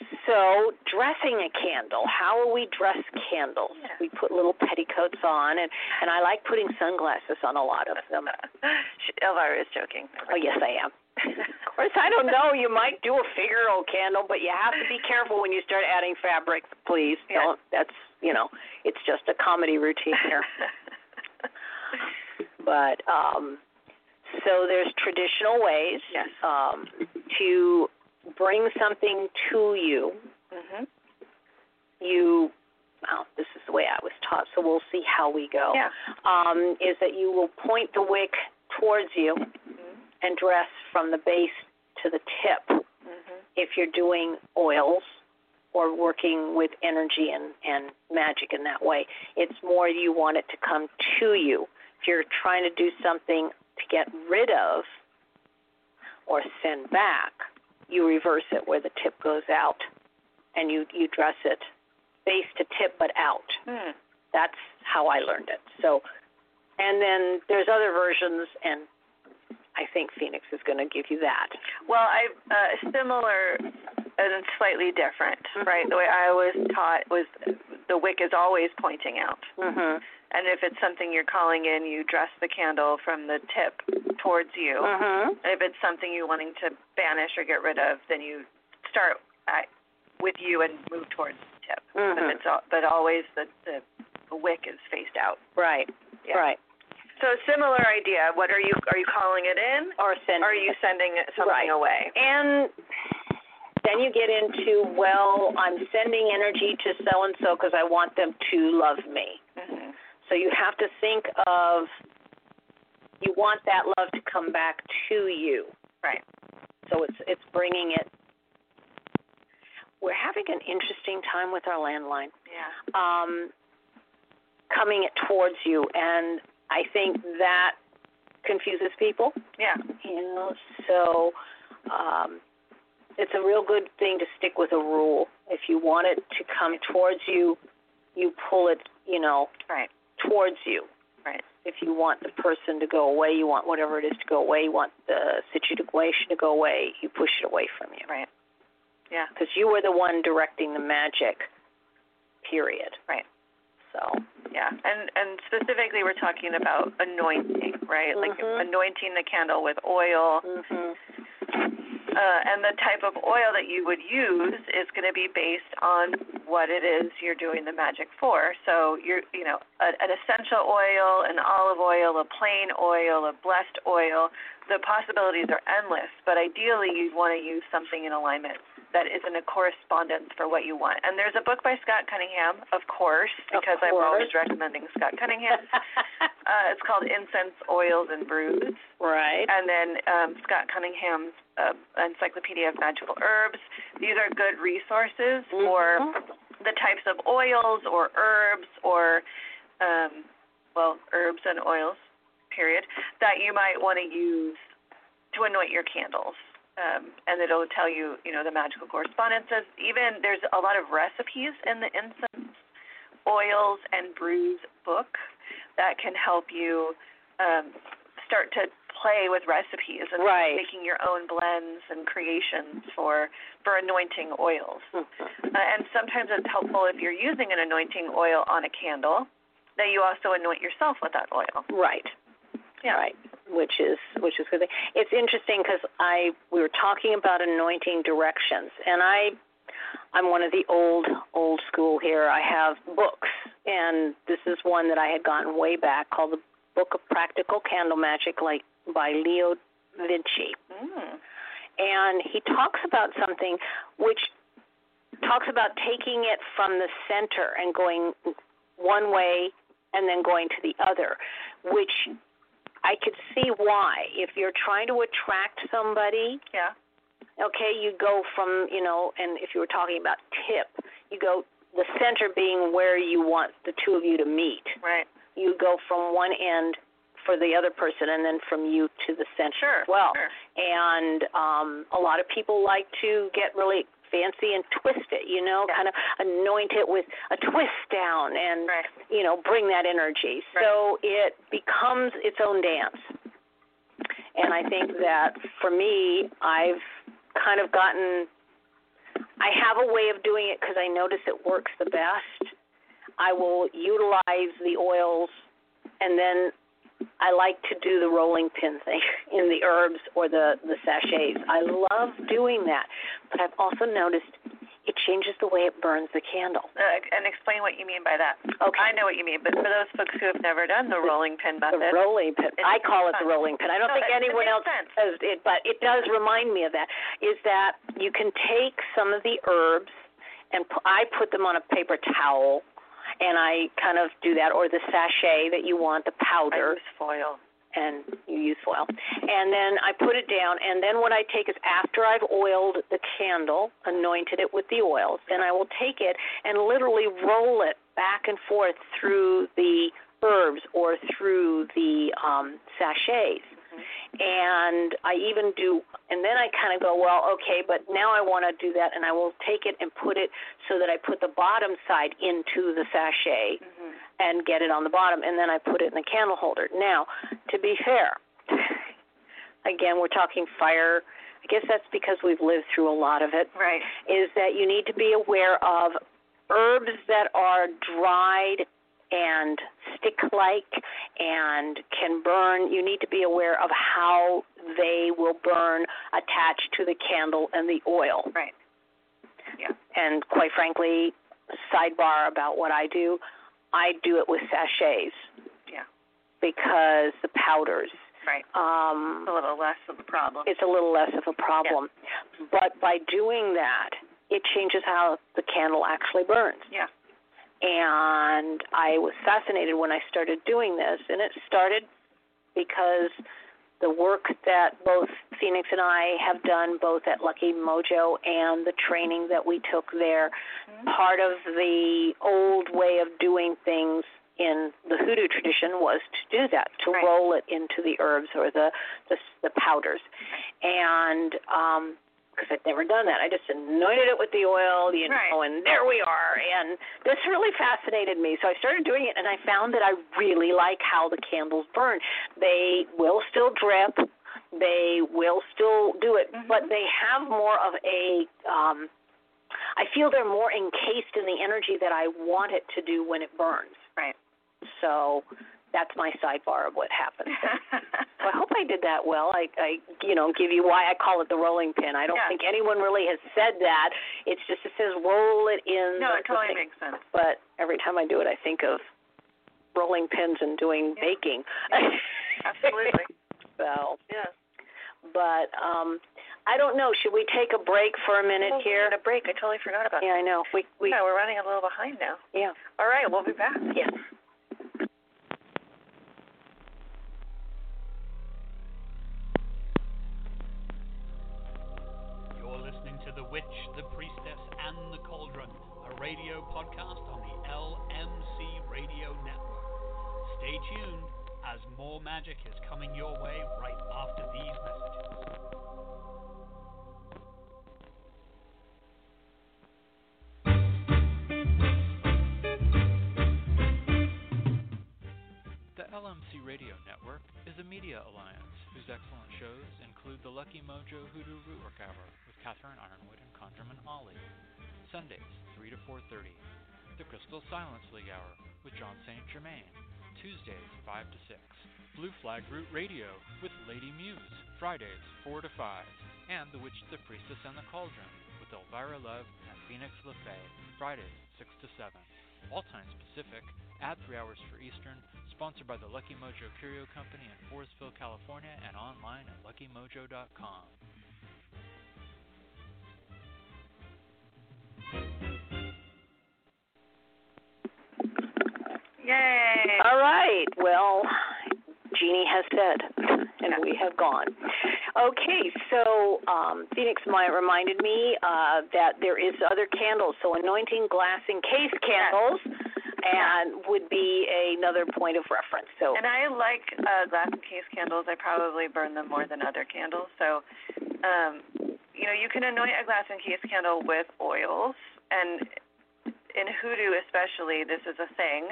Speaker 4: so dressing a candle. How will we dress candles?
Speaker 3: Yeah.
Speaker 4: We put little petticoats on, and and I like putting sunglasses on a lot of them.
Speaker 3: She- Elvira is joking.
Speaker 4: Oh yes, I am.
Speaker 3: of
Speaker 4: Of course, I don't know. You might do a Figaro candle, but you have to be careful when you start adding fabrics, please.
Speaker 3: Yeah.
Speaker 4: Don't. That's you know, it's just a comedy routine here. but um, so there's traditional ways
Speaker 3: Yes.
Speaker 4: um, to bring something to you. Mm-hmm.
Speaker 3: mhm.
Speaker 4: You, well, this is the way I was taught, so we'll see how we go.
Speaker 3: Yeah.
Speaker 4: Um, is that you will point the wick towards you
Speaker 3: Mhm.
Speaker 4: and dress from the base to the tip.
Speaker 3: Mhm.
Speaker 4: if you're doing oils or working with energy and, and magic in that way. It's more you want it to come to you. If you're trying to do something to get rid of or send back, you reverse it where the tip goes out and you, you dress it base to tip but out.
Speaker 3: Hmm.
Speaker 4: That's how I learned it. So, and then there's other versions, and I think Phoenix is going to give you that.
Speaker 3: Well, I uh, similar and slightly different, right? The way I was taught was the wick is always pointing out,
Speaker 4: Mm-hmm.
Speaker 3: and if it's something you're calling in, you dress the candle from the tip towards you.
Speaker 4: Mm-hmm.
Speaker 3: And if it's something you're wanting to banish or get rid of, then you start at, with you and move towards the tip. But
Speaker 4: Mhm.
Speaker 3: it's al- but always the, the the wick is faced out.
Speaker 4: Right,
Speaker 3: Yeah.
Speaker 4: right.
Speaker 3: So similar idea. What are you are you calling it in?
Speaker 4: Or send.
Speaker 3: Are you sending something
Speaker 4: Right.
Speaker 3: away?
Speaker 4: And then you get into well, I'm sending energy to so and so because I want them to love me.
Speaker 3: Mm-hmm.
Speaker 4: So you have to think of you want that love to come back to you.
Speaker 3: Right.
Speaker 4: So it's it's bringing it. We're having an interesting time with our landline
Speaker 3: Yeah.
Speaker 4: um, coming it towards you, and I think that confuses people.
Speaker 3: Yeah.
Speaker 4: You know, so um, it's a real good thing to stick with a rule. If you want it to come towards you, you pull it. You know,
Speaker 3: Right.
Speaker 4: towards you.
Speaker 3: Right.
Speaker 4: If you want the person to go away, you want whatever it is to go away, you want the situation to go away, you push it away from you.
Speaker 3: Right. Yeah.
Speaker 4: Because you were the one directing the magic, period.
Speaker 3: Right.
Speaker 4: So,
Speaker 3: Yeah, and and specifically we're talking about anointing, right? Like
Speaker 4: Mhm.
Speaker 3: anointing the candle with oil,
Speaker 4: mm-hmm.
Speaker 3: uh, and the type of oil that you would use is going to be based on what it is you're doing the magic for. So you're, you know, a, an essential oil, an olive oil, a plain oil, a blessed oil. The possibilities are endless, but ideally you'd want to use something in alignment that is in a correspondence for what you want. And there's a book by Scott Cunningham, of course,
Speaker 4: Of
Speaker 3: because I'm always
Speaker 4: course.
Speaker 3: recommending Scott Cunningham. Uh, it's called Incense Oils and Brews.
Speaker 4: right.
Speaker 3: And then um, Scott Cunningham's uh, Encyclopedia of Magical Herbs. These are good resources for
Speaker 4: Mhm.
Speaker 3: the types of oils or herbs or, um, well, herbs and oils, period, that you might want to use to anoint your candles. Um, and it'll tell you, you know, the magical correspondences. Even there's a lot of recipes in the incense oils and brews book that can help you um, start to play with recipes and
Speaker 4: Right.
Speaker 3: making your own blends and creations for for anointing oils.
Speaker 4: Mhm.
Speaker 3: Uh, and sometimes it's helpful if you're using an anointing oil on a candle that you also anoint yourself with that oil.
Speaker 4: Right.
Speaker 3: Yeah.
Speaker 4: Right. Which is which is good. thing. It's interesting because I we were talking about anointing directions, and I I'm one of the old old school here. I have books, and this is one that I had gotten way back called the Book of Practical Candle Magic, like by Leo Vinci.
Speaker 3: Mm.
Speaker 4: and he talks about something which talks about taking it from the center and going one way and then going to the other, which I could see why. If you're trying to attract somebody,
Speaker 3: Yeah.
Speaker 4: okay, you go from, you know, and if you were talking about tip, you go the center being where you want the two of you to meet.
Speaker 3: Right.
Speaker 4: You go from one end for the other person and then from you to the center
Speaker 3: Sure.
Speaker 4: as well
Speaker 3: Sure.
Speaker 4: and um a lot of people like to get really fancy and twist it you know
Speaker 3: Yeah.
Speaker 4: kind of anoint it with a twist down and
Speaker 3: Right.
Speaker 4: you know bring that energy so it becomes its own dance and i think that for me i've kind of gotten i have a way of doing it because i notice it works the best i will utilize the oils and then I like to do the rolling pin thing in the herbs or the the sachets. I love doing that, but I've also noticed it changes the way it burns the candle.
Speaker 3: Uh, and explain what you mean by that.
Speaker 4: Okay.
Speaker 3: I know what you mean, but for those folks who have never done the rolling pin
Speaker 4: the
Speaker 3: method,
Speaker 4: rolling pin.
Speaker 3: It
Speaker 4: I
Speaker 3: makes
Speaker 4: call it the
Speaker 3: sense.
Speaker 4: rolling pin. I don't
Speaker 3: No,
Speaker 4: think
Speaker 3: it- it
Speaker 4: anyone
Speaker 3: makes
Speaker 4: else
Speaker 3: sense.
Speaker 4: does it, but it does remind me of that. Is that you can take some of the herbs and pu- I put them on a paper towel, and I kind of do that, or the sachet that you want, the
Speaker 3: I
Speaker 4: powder.
Speaker 3: use foil.
Speaker 4: and you use foil. And then I put it down, and then what I take is after I've oiled the candle, anointed it with the oils, then I will take it and literally roll it back and forth through the herbs or through the um, sachets. And I even do, and then I kind of go, well, okay, but now I want to do that, and I will take it and put it so that I put the bottom side into the sachet
Speaker 3: Mm-hmm.
Speaker 4: and get it on the bottom, and then I put it in the candle holder. Now, to be fair, again, we're talking fire. I guess that's because we've lived through a lot of it.
Speaker 3: Right.
Speaker 4: Is that you need to be aware of herbs that are dried and stick like and can burn. You need to be aware of how they will burn attached to the candle and the oil
Speaker 3: Right.
Speaker 4: and quite frankly, sidebar about what I do, I do it with sachets.
Speaker 3: Yeah.
Speaker 4: Because the powders,
Speaker 3: Right.
Speaker 4: um,
Speaker 3: It's a little less of a problem.
Speaker 4: it's a little less of a problem. But by doing that, it changes how the candle actually burns.
Speaker 3: yeah.
Speaker 4: And I was fascinated when I started doing this, and it started because the work that both Phoenix and I have done, both at Lucky Mojo and the training that we took there, mm-hmm. part of the old way of doing things in the hoodoo tradition was to do that to
Speaker 3: Right.
Speaker 4: roll it into the herbs or the the, the powders and um because I'd never done that. I just anointed it with the oil, you
Speaker 3: Right.
Speaker 4: know, and there we are. And this really fascinated me. So I started doing it and I found that I really like how the candles burn. They will still drip, they will still do it,
Speaker 3: Mhm.
Speaker 4: but they have more of a um I feel they're more encased in the energy that I want it to do when it burns.
Speaker 3: Right.
Speaker 4: So that's my sidebar of what happened. So I hope I did that well. I, I, you know, give you why I call it the rolling pin. I don't
Speaker 3: Yeah.
Speaker 4: think anyone really has said that. It's just it says roll it in.
Speaker 3: no,
Speaker 4: the,
Speaker 3: it totally
Speaker 4: the thing.
Speaker 3: makes sense.
Speaker 4: But every time I do it, I think of rolling pins and doing
Speaker 3: Yeah.
Speaker 4: baking.
Speaker 3: Yeah. Absolutely.
Speaker 4: so,
Speaker 3: Yeah.
Speaker 4: but um, I don't know. Should we take a break for a minute
Speaker 3: Oh, we
Speaker 4: here?
Speaker 3: had a break. I totally forgot about.
Speaker 4: Yeah, I know. We
Speaker 3: that.
Speaker 4: we
Speaker 3: yeah, we're running a little behind now.
Speaker 4: yeah.
Speaker 3: All right, we'll be back.
Speaker 4: Yes.
Speaker 2: You're listening to The Witch, The Priestess, and The Cauldron, a radio podcast on the LMC Radio Network. Stay tuned as more magic is coming your way right after these messages.
Speaker 5: The LMC Radio Network is a media alliance whose excellent shows include the Lucky Mojo Hoodoo Rootwork Hour with Catherine Ironwood and Conjurman Ollie, Sundays 3 to 4.30, the Crystal Silence League Hour with John St. Germain, Tuesdays 5 to 6, Blue Flag Root Radio with Lady Muse, Fridays 4 to 5, and The Witch, the Priestess, and the Cauldron with Elvira Love and Phoenix LeFay, Fridays 6 to 7 all times Pacific, at 3 hours for Eastern, sponsored by the Lucky Mojo Curio Company in Forestville, California, and online at luckymojo.com.
Speaker 3: Yay.
Speaker 4: All right. Well, Jeannie has said, and we have gone. Okay, so um, Phoenix Maya reminded me uh, that there is other candles. So anointing glass encased candles and would be another point of reference. So
Speaker 3: And I like uh, glass and case candles. I probably burn them more than other candles. So, um, you know, you can anoint a glass and case candle with oils, and in hoodoo especially, this is a thing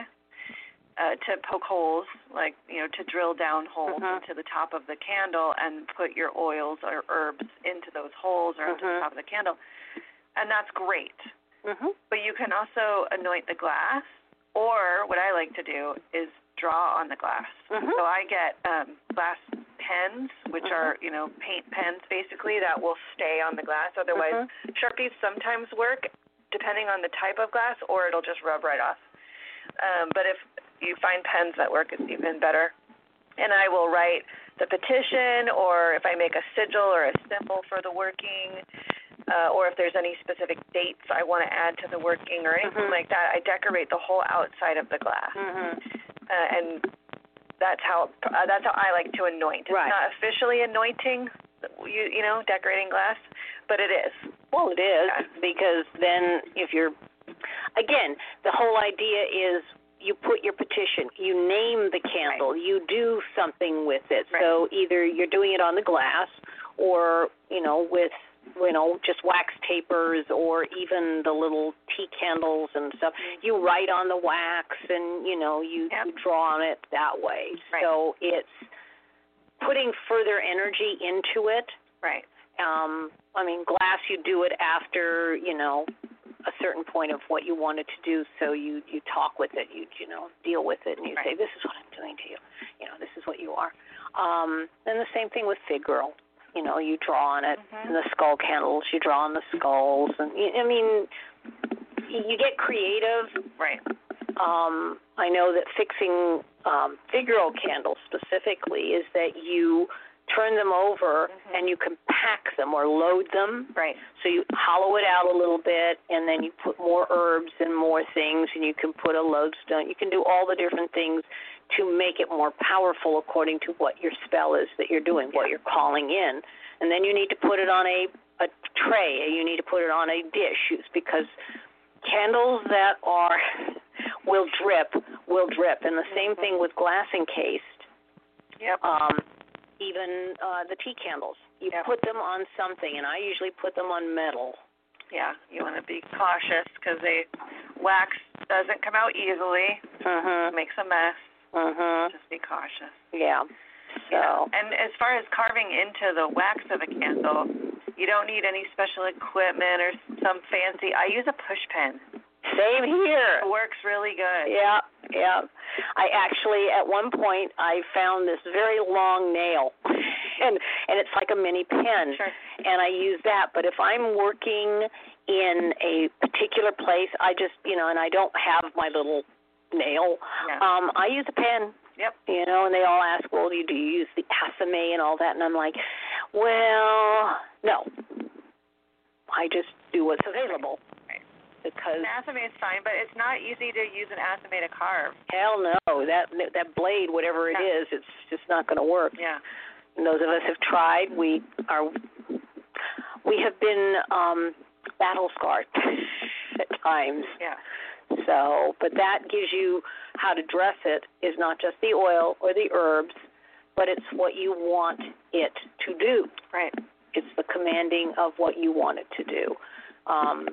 Speaker 3: uh, to poke holes, like you know, to drill down holes
Speaker 4: Mhm.
Speaker 3: into the top of the candle and put your oils or herbs into those holes or into the
Speaker 4: Mhm.
Speaker 3: top of the candle, and that's great.
Speaker 4: Mhm.
Speaker 3: But you can also anoint the glass, or what I like to do is draw on the glass.
Speaker 4: Mhm.
Speaker 3: So I get um, glass pens, which
Speaker 4: Mhm.
Speaker 3: are you know paint pens basically that will stay on the glass. Otherwise,
Speaker 4: Mhm.
Speaker 3: sharpies sometimes work depending on the type of glass, or it'll just rub right off. Um, but if you find pens that work, it's even better. And I will write the petition, or if I make a sigil or a symbol for the working, uh, or if there's any specific dates I want to add to the working or anything
Speaker 4: Mhm.
Speaker 3: like that, I decorate the whole outside of the glass.
Speaker 4: Mhm.
Speaker 3: Uh, and that's how uh, that's how I like to anoint.
Speaker 4: Right.
Speaker 3: It's not officially anointing, you you know, decorating glass, but it is.
Speaker 4: Well, it is
Speaker 3: Yeah.
Speaker 4: because then if you're again, the whole idea is you put your petition, you name the candle, you do something with it.
Speaker 3: Right.
Speaker 4: So either you're doing it on the glass or, you know, with you know, just wax tapers or even the little tea candles and stuff. You write on the wax and, you know, you,
Speaker 3: Mm-hmm. Yep.
Speaker 4: you draw on it that way.
Speaker 3: Right.
Speaker 4: So it's putting further energy into it
Speaker 3: Right.
Speaker 4: um I mean glass you do it after, you know, a certain point of what you wanted to do, so you you talk with it, you you know, deal with it and you say, This is what I'm doing to you. You know, this is what you are. Um and the same thing with Fig Girl. You know, you draw on it and
Speaker 3: Mhm.
Speaker 4: the skull candles, you draw on the skulls and y- I mean you get creative
Speaker 3: Right.
Speaker 4: um, I know that fixing um, figural candles specifically is that you turn them over
Speaker 3: Mhm.
Speaker 4: and you compact them or load them.
Speaker 3: Right.
Speaker 4: So you hollow it out a little bit and then you put more herbs and more things and you can put a lodestone. You can do all the different things to make it more powerful according to what your spell is that you're doing, what you're calling in. And then you need to put it on a a tray, you need to put it on a dish because candles that are will drip, will drip. And the same thing with glass encased.
Speaker 3: Yep.
Speaker 4: Um even uh the tea candles. You
Speaker 3: Yep.
Speaker 4: put them on something and I usually put them on metal.
Speaker 3: Yeah, you want to be cautious because they wax doesn't come out easily. It
Speaker 4: Mhm.
Speaker 3: makes a mess.
Speaker 4: Mhm.
Speaker 3: Just be cautious.
Speaker 4: Yeah. So
Speaker 3: Yeah. And as far as carving into the wax of a candle, you don't need any special equipment or some fancy. I use a push pen.
Speaker 4: same here.
Speaker 3: It works really good.
Speaker 4: Yeah, yeah. I actually at one point I found this very long nail. And and it's like a mini pen.
Speaker 3: Sure.
Speaker 4: And I use that, but if I'm working in a particular place, I just, you know, and I don't have my little nail,
Speaker 3: Yeah.
Speaker 4: um I use a pen.
Speaker 3: Yep.
Speaker 4: You know, and they all ask, "Well, do you, do you use the Asame and all that?" And I'm like, "Well, no. I just do what's available."
Speaker 3: Right.
Speaker 4: Because
Speaker 3: An acimate is fine, but it's not easy to use an acimate to carve.
Speaker 4: Hell no. That that blade, whatever it
Speaker 3: Yeah.
Speaker 4: is, it's just not going to work.
Speaker 3: Yeah.
Speaker 4: And those of us who've tried, we are we have been um battle scarred at times.
Speaker 3: Yeah.
Speaker 4: So, but that gives you how to dress it is not just the oil or the herbs, but it's what you want it to do.
Speaker 3: Right.
Speaker 4: It's the commanding of what you want it to do. Um,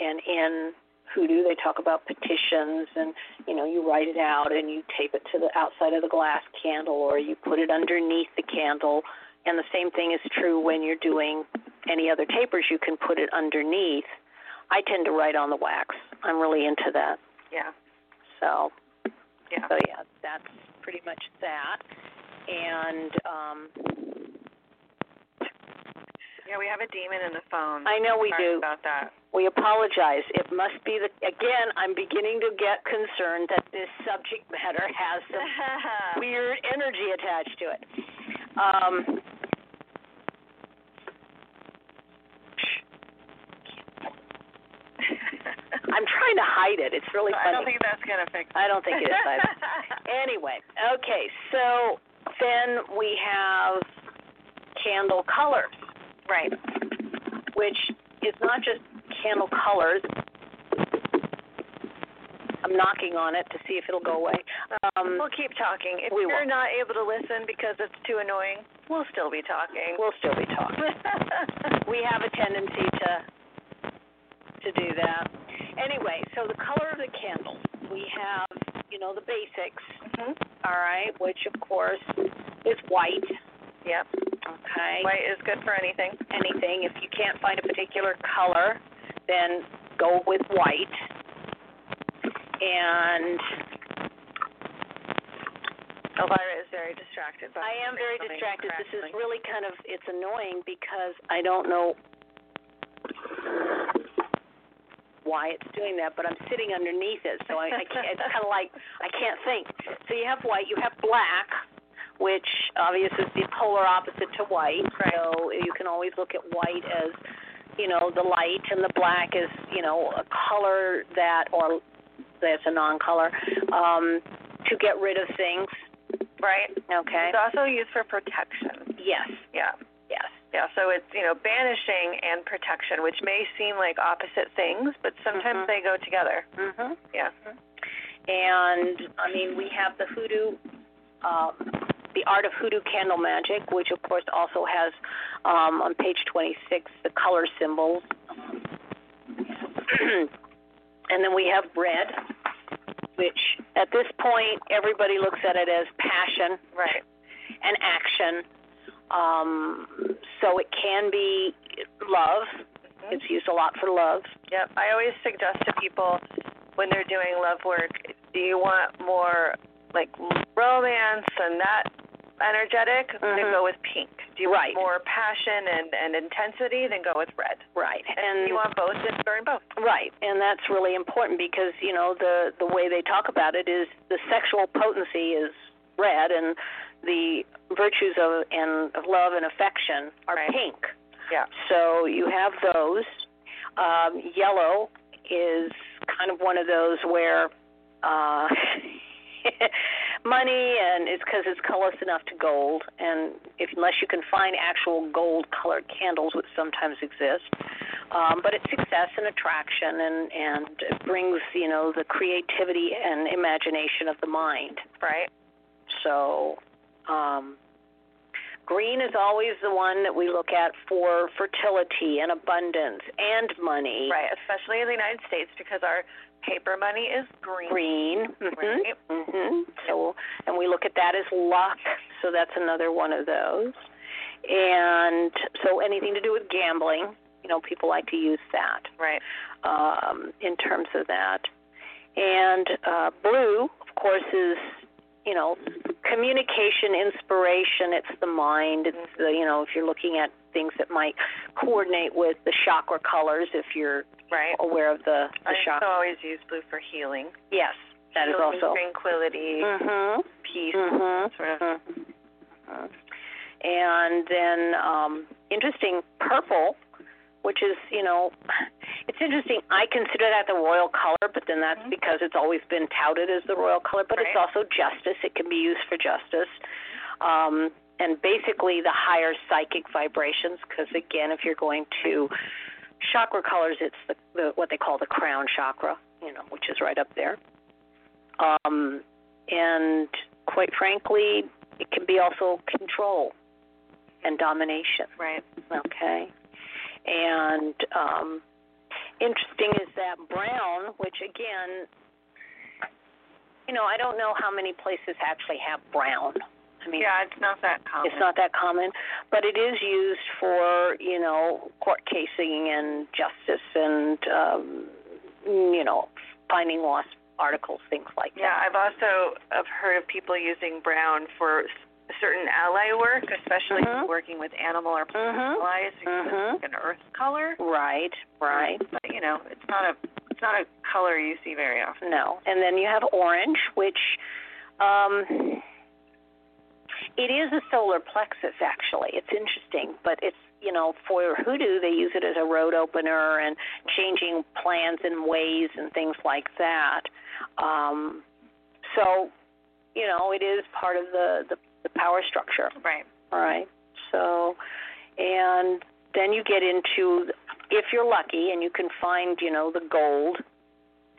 Speaker 4: and in hoodoo, they talk about petitions, and you know, you write it out and you tape it to the outside of the glass candle, or you put it underneath the candle. And the same thing is true when you're doing any other tapers. You can put it underneath. I tend to write on the wax. I'm really into that.
Speaker 3: Yeah.
Speaker 4: So,
Speaker 3: Yeah.
Speaker 4: so yeah, that's pretty much that. And um,
Speaker 3: Yeah, we have a demon in the phone.
Speaker 4: I know we
Speaker 3: Sorry
Speaker 4: do.
Speaker 3: about that.
Speaker 4: We apologize. It must be the again. I'm beginning to get concerned that this subject matter has some weird energy attached to it. Um, I'm trying to hide it. It's really
Speaker 3: I don't
Speaker 4: funny.
Speaker 3: think that's gonna fix.
Speaker 4: I don't think it is either. Anyway, okay. So then we have candle colors.
Speaker 3: right.
Speaker 4: which is not just candle colors. I'm knocking on it to see if it'll go away. Um,
Speaker 3: We'll keep talking. If
Speaker 4: We
Speaker 3: you're
Speaker 4: will.
Speaker 3: not able to listen because it's too annoying, we'll still be talking.
Speaker 4: we'll still be talking. We have a tendency to to do that. Anyway, so the color of the candles. We have, you know, the basics.
Speaker 3: Mhm.
Speaker 4: All right, which of course is white.
Speaker 3: Yep.
Speaker 4: Okay.
Speaker 3: White is good for anything.
Speaker 4: anything. If you can't find a particular color, then go with white. And
Speaker 3: Elvira is very distracted. By
Speaker 4: I am very
Speaker 3: something
Speaker 4: distracted. This is
Speaker 3: crackling.
Speaker 4: really kind of it's annoying because I don't know why it's doing that, but I'm sitting underneath it, so I, I can't, it's kind of like I can't think. So you have white, you have black, which obviously is the polar opposite to white. So you can always look at white as you know the light, and the black is you know a color that or that's a non-color um, to get rid of things.
Speaker 3: right.
Speaker 4: Okay.
Speaker 3: It's also used for protection.
Speaker 4: Yes.
Speaker 3: Yeah.
Speaker 4: Yes.
Speaker 3: Yeah, so it's, you know, banishing and protection, which may seem like opposite things, but sometimes
Speaker 4: Mhm.
Speaker 3: they go together.
Speaker 4: Mhm.
Speaker 3: Yeah.
Speaker 4: And I mean, we have the hoodoo, um, the art of hoodoo candle magic, which of course also has um, on page 26 the color symbols. and then we have red, which at this point everybody looks at it as passion
Speaker 3: Right.
Speaker 4: and action. Um, so it can be love.
Speaker 3: Mhm.
Speaker 4: It's used a lot for love.
Speaker 3: Yep. I always suggest to people when they're doing love work, do you want more like romance and that energetic? Then
Speaker 4: Mhm.
Speaker 3: go with pink. Do you
Speaker 4: Right.
Speaker 3: want more passion and, and intensity? Then go with red.
Speaker 4: Right.
Speaker 3: And if you want both, then burn both.
Speaker 4: Right, and that's really important because you know the the way they talk about it is the sexual potency is red, and the virtues of and of love and affection are
Speaker 3: Right.
Speaker 4: pink.
Speaker 3: Yeah.
Speaker 4: So you have those. Um, yellow is kind of one of those where uh, money and it's because it's colorless enough to gold and if unless you can find actual gold colored candles which sometimes exist um, but it's success and attraction and and it brings you know the creativity and imagination of the mind
Speaker 3: right?
Speaker 4: so um, green is always the one that we look at for fertility and abundance and money
Speaker 3: Right, especially in the United States because our paper money is green.
Speaker 4: green mhm
Speaker 3: Right.
Speaker 4: hmm So, and we look at that as luck. So that's another one of those. And so anything to do with gambling, you know, people like to use that
Speaker 3: Right.
Speaker 4: um, in terms of that. And uh, blue, of course, is you know communication, inspiration. It's the mind. It's the you know if you're looking at things that might coordinate with the chakra colors, if you're
Speaker 3: Right.
Speaker 4: aware of the the
Speaker 3: I also
Speaker 4: chakra.
Speaker 3: always use blue for healing.
Speaker 4: Yes, that is
Speaker 3: Healing,
Speaker 4: also.
Speaker 3: tranquility,
Speaker 4: Mm-hmm.
Speaker 3: peace,
Speaker 4: Mhm.
Speaker 3: sort of.
Speaker 4: Mhm. And then um interesting purple, which is, you know, it's interesting. I consider that the royal color, but then that's
Speaker 3: Mhm.
Speaker 4: because it's always been touted as the royal color, but it's
Speaker 3: Right.
Speaker 4: also justice. It can be used for justice. Um and basically the higher psychic vibrations because again, if you're going to chakra colors, it's the, the what they call the crown chakra, you know, which is right up there. Um, and quite frankly, it can be also control and domination.
Speaker 3: Right.
Speaker 4: Okay. And um, interesting is that brown, which again, you know, I don't know how many places actually have brown. I mean,
Speaker 3: Yeah, it's not that common.
Speaker 4: it's not that common, but it is used for you know court casing and justice and um, you know finding lost articles, things like
Speaker 3: Yeah, I've also I've heard of people using brown for s- certain ally work, especially
Speaker 4: Mhm.
Speaker 3: working with animal or
Speaker 4: that.
Speaker 3: plant
Speaker 4: Mhm.
Speaker 3: allies because
Speaker 4: Mhm.
Speaker 3: it's like an earth color.
Speaker 4: Right. Right.
Speaker 3: But you know, it's not a it's not a color you see very often.
Speaker 4: No. And then you have orange, which um it is a solar plexus actually. It's interesting, but it's you know, for hoodoo they use it as a road opener and changing plans and ways and things like that. Um so, you know, it is part of the the, the power structure.
Speaker 3: Right.
Speaker 4: All right. So, and then you get into if you're lucky and you can find, you know, the gold.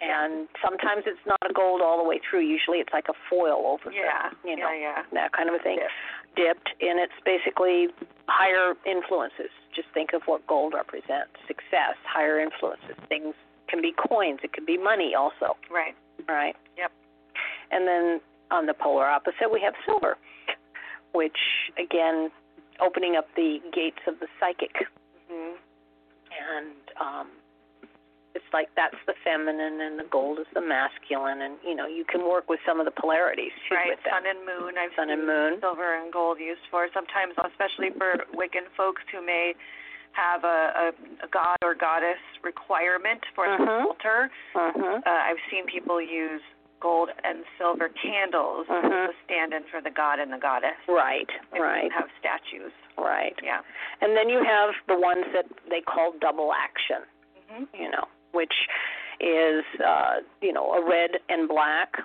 Speaker 4: And sometimes it's not a gold all the way through. Usually it's like a foil over
Speaker 3: Yeah.
Speaker 4: the, you know,
Speaker 3: Yeah, yeah.
Speaker 4: that kind of a thing,
Speaker 3: Dip.
Speaker 4: dipped, and it's basically higher influences. Just think of what gold represents: success, higher influences. Things can be coins, it could be money, also
Speaker 3: Right.
Speaker 4: right?
Speaker 3: Yep.
Speaker 4: And then on the polar opposite, we have silver, which again, opening up the gates of the psychic,
Speaker 3: Mhm.
Speaker 4: and um, it's like that's the feminine and the gold is the masculine, and you know you can work with some of the polarities too
Speaker 3: Right.
Speaker 4: with that.
Speaker 3: Sun and moon. I've
Speaker 4: Sun
Speaker 3: seen
Speaker 4: and moon.
Speaker 3: silver and gold used for sometimes, especially for Wiccan folks who may have a, a, a god or goddess requirement for the
Speaker 4: Mhm.
Speaker 3: altar.
Speaker 4: Mhm.
Speaker 3: Uh, I've seen people use gold and silver candles
Speaker 4: Mhm.
Speaker 3: to stand in for the god and the goddess.
Speaker 4: Right.
Speaker 3: If you
Speaker 4: Right.
Speaker 3: Have statues.
Speaker 4: Right.
Speaker 3: Yeah.
Speaker 4: And then you have the ones that they call double action.
Speaker 3: hmm
Speaker 4: you know, which is uh, you know, a red and black.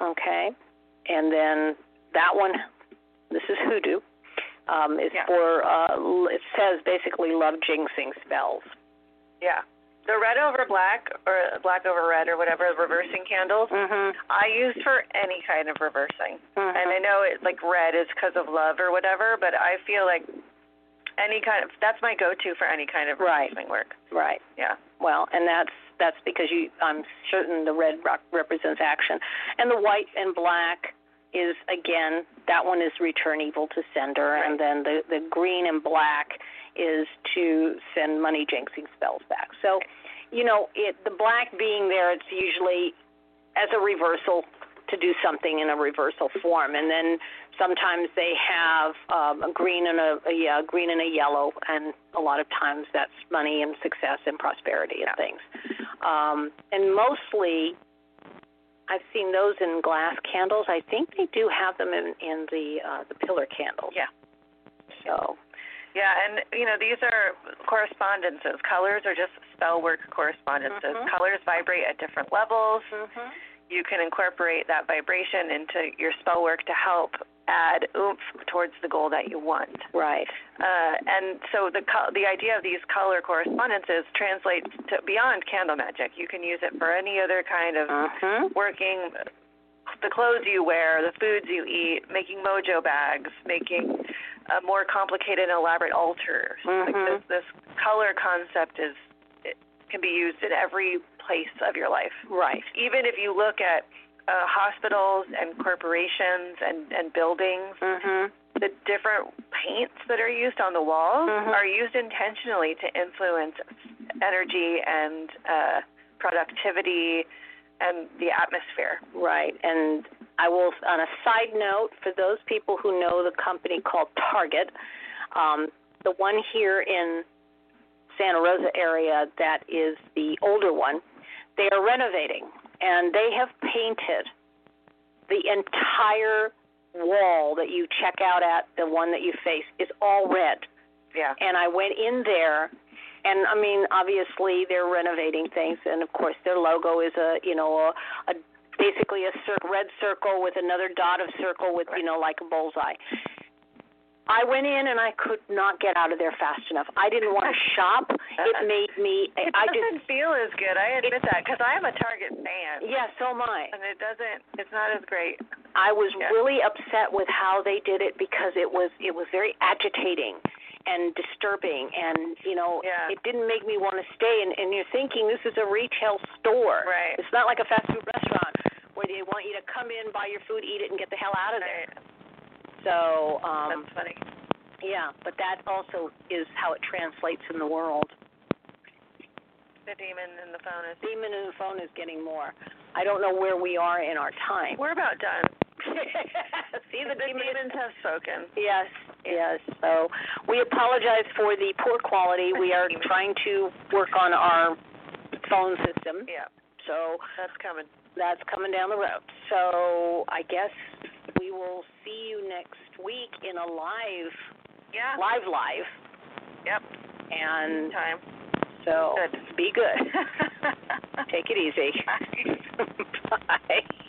Speaker 4: Okay. And then that one this is hoodoo. Um is
Speaker 3: Yeah.
Speaker 4: for uh l- it says basically love jinxing spells.
Speaker 3: Yeah. The red over black or black over red or whatever reversing candles
Speaker 4: Mhm.
Speaker 3: I use for any kind of reversing. And I
Speaker 4: Mhm.
Speaker 3: know it like red is because of love or whatever, but I feel like any kind of that's my go-to for any kind of
Speaker 4: Right.
Speaker 3: reversing work.
Speaker 4: Right.
Speaker 3: Yeah.
Speaker 4: Well, and that's that's because you I'm certain the red rock represents action and the white and black is again that one is return evil to sender and then the the green and black is to send money jinxing spells back. So, you know, it the black being there it's usually as a reversal to do something in a reversal form and then sometimes they have um, a green and a, a yeah, green and a yellow and a lot of times that's money and success and prosperity and things um, and mostly I've seen those in glass candles. I think they do have them in in the uh, the pillar candles.
Speaker 3: Yeah.
Speaker 4: So
Speaker 3: Yeah, and you know these are correspondences. Colors are just spell work correspondences.
Speaker 4: Mhm.
Speaker 3: Colors vibrate at different levels. you can incorporate that vibration into your spell work to help add oomph towards the goal that you want.
Speaker 4: Right.
Speaker 3: Uh, and so the co- the idea of these color correspondences translates to beyond candle magic. You can use it for any other kind of
Speaker 4: Uh-huh.
Speaker 3: working, the clothes you wear, the foods you eat, making mojo bags, making a more complicated and elaborate altar.
Speaker 4: Mhm.
Speaker 3: Like this, this color concept is it can be used in every place of your life
Speaker 4: Right.
Speaker 3: even if you look at uh, hospitals and corporations and, and buildings,
Speaker 4: Mhm.
Speaker 3: the different paints that are used on the walls
Speaker 4: Mhm.
Speaker 3: are used intentionally to influence energy and uh, productivity and the atmosphere.
Speaker 4: Right. And I will, on a side note, for those people who know the company called Target, um, the one here in Santa Rosa area that is the older one, they are renovating and they have painted the entire wall that you check out at, the one that you face, is all red
Speaker 3: Yeah.
Speaker 4: and I went in there and I mean obviously they're renovating things and of course their logo is a you know a, a basically a cir- red circle with another dot of circle with you know like a bullseye. I went in and I could not get out of there fast enough. I didn't want to shop. It made me
Speaker 3: It
Speaker 4: I
Speaker 3: doesn't
Speaker 4: just
Speaker 3: feel as good. I admit that because I'm a Target fan,
Speaker 4: yeah, so am I.
Speaker 3: and it doesn't. It's not as great.
Speaker 4: I was
Speaker 3: Yeah.
Speaker 4: really upset with how they did it because it was it was very agitating and disturbing and you know
Speaker 3: Yeah.
Speaker 4: it didn't make me want to stay and, and you're thinking this is a retail store.
Speaker 3: Right.
Speaker 4: It's not like a fast food restaurant where they want you to come in, buy your food, eat it and get the hell out of there.
Speaker 3: Right.
Speaker 4: So, um
Speaker 3: That's funny.
Speaker 4: yeah, but that also is how it translates in the world.
Speaker 3: The demon in the phone is.
Speaker 4: Demon in the phone is getting more. I don't know where we are in our time.
Speaker 3: We're about done.
Speaker 4: See the, demon is-
Speaker 3: demons have spoken.
Speaker 4: Yes, yes. So we apologize for the poor quality. We are trying to work on our phone system.
Speaker 3: Yeah,
Speaker 4: So
Speaker 3: that's coming.
Speaker 4: that's coming down the road. So I guess we will see you next week in a live
Speaker 3: Yeah.
Speaker 4: live live.
Speaker 3: Yep.
Speaker 4: And
Speaker 3: Time.
Speaker 4: so
Speaker 3: Good.
Speaker 4: be good. Take it easy. Bye.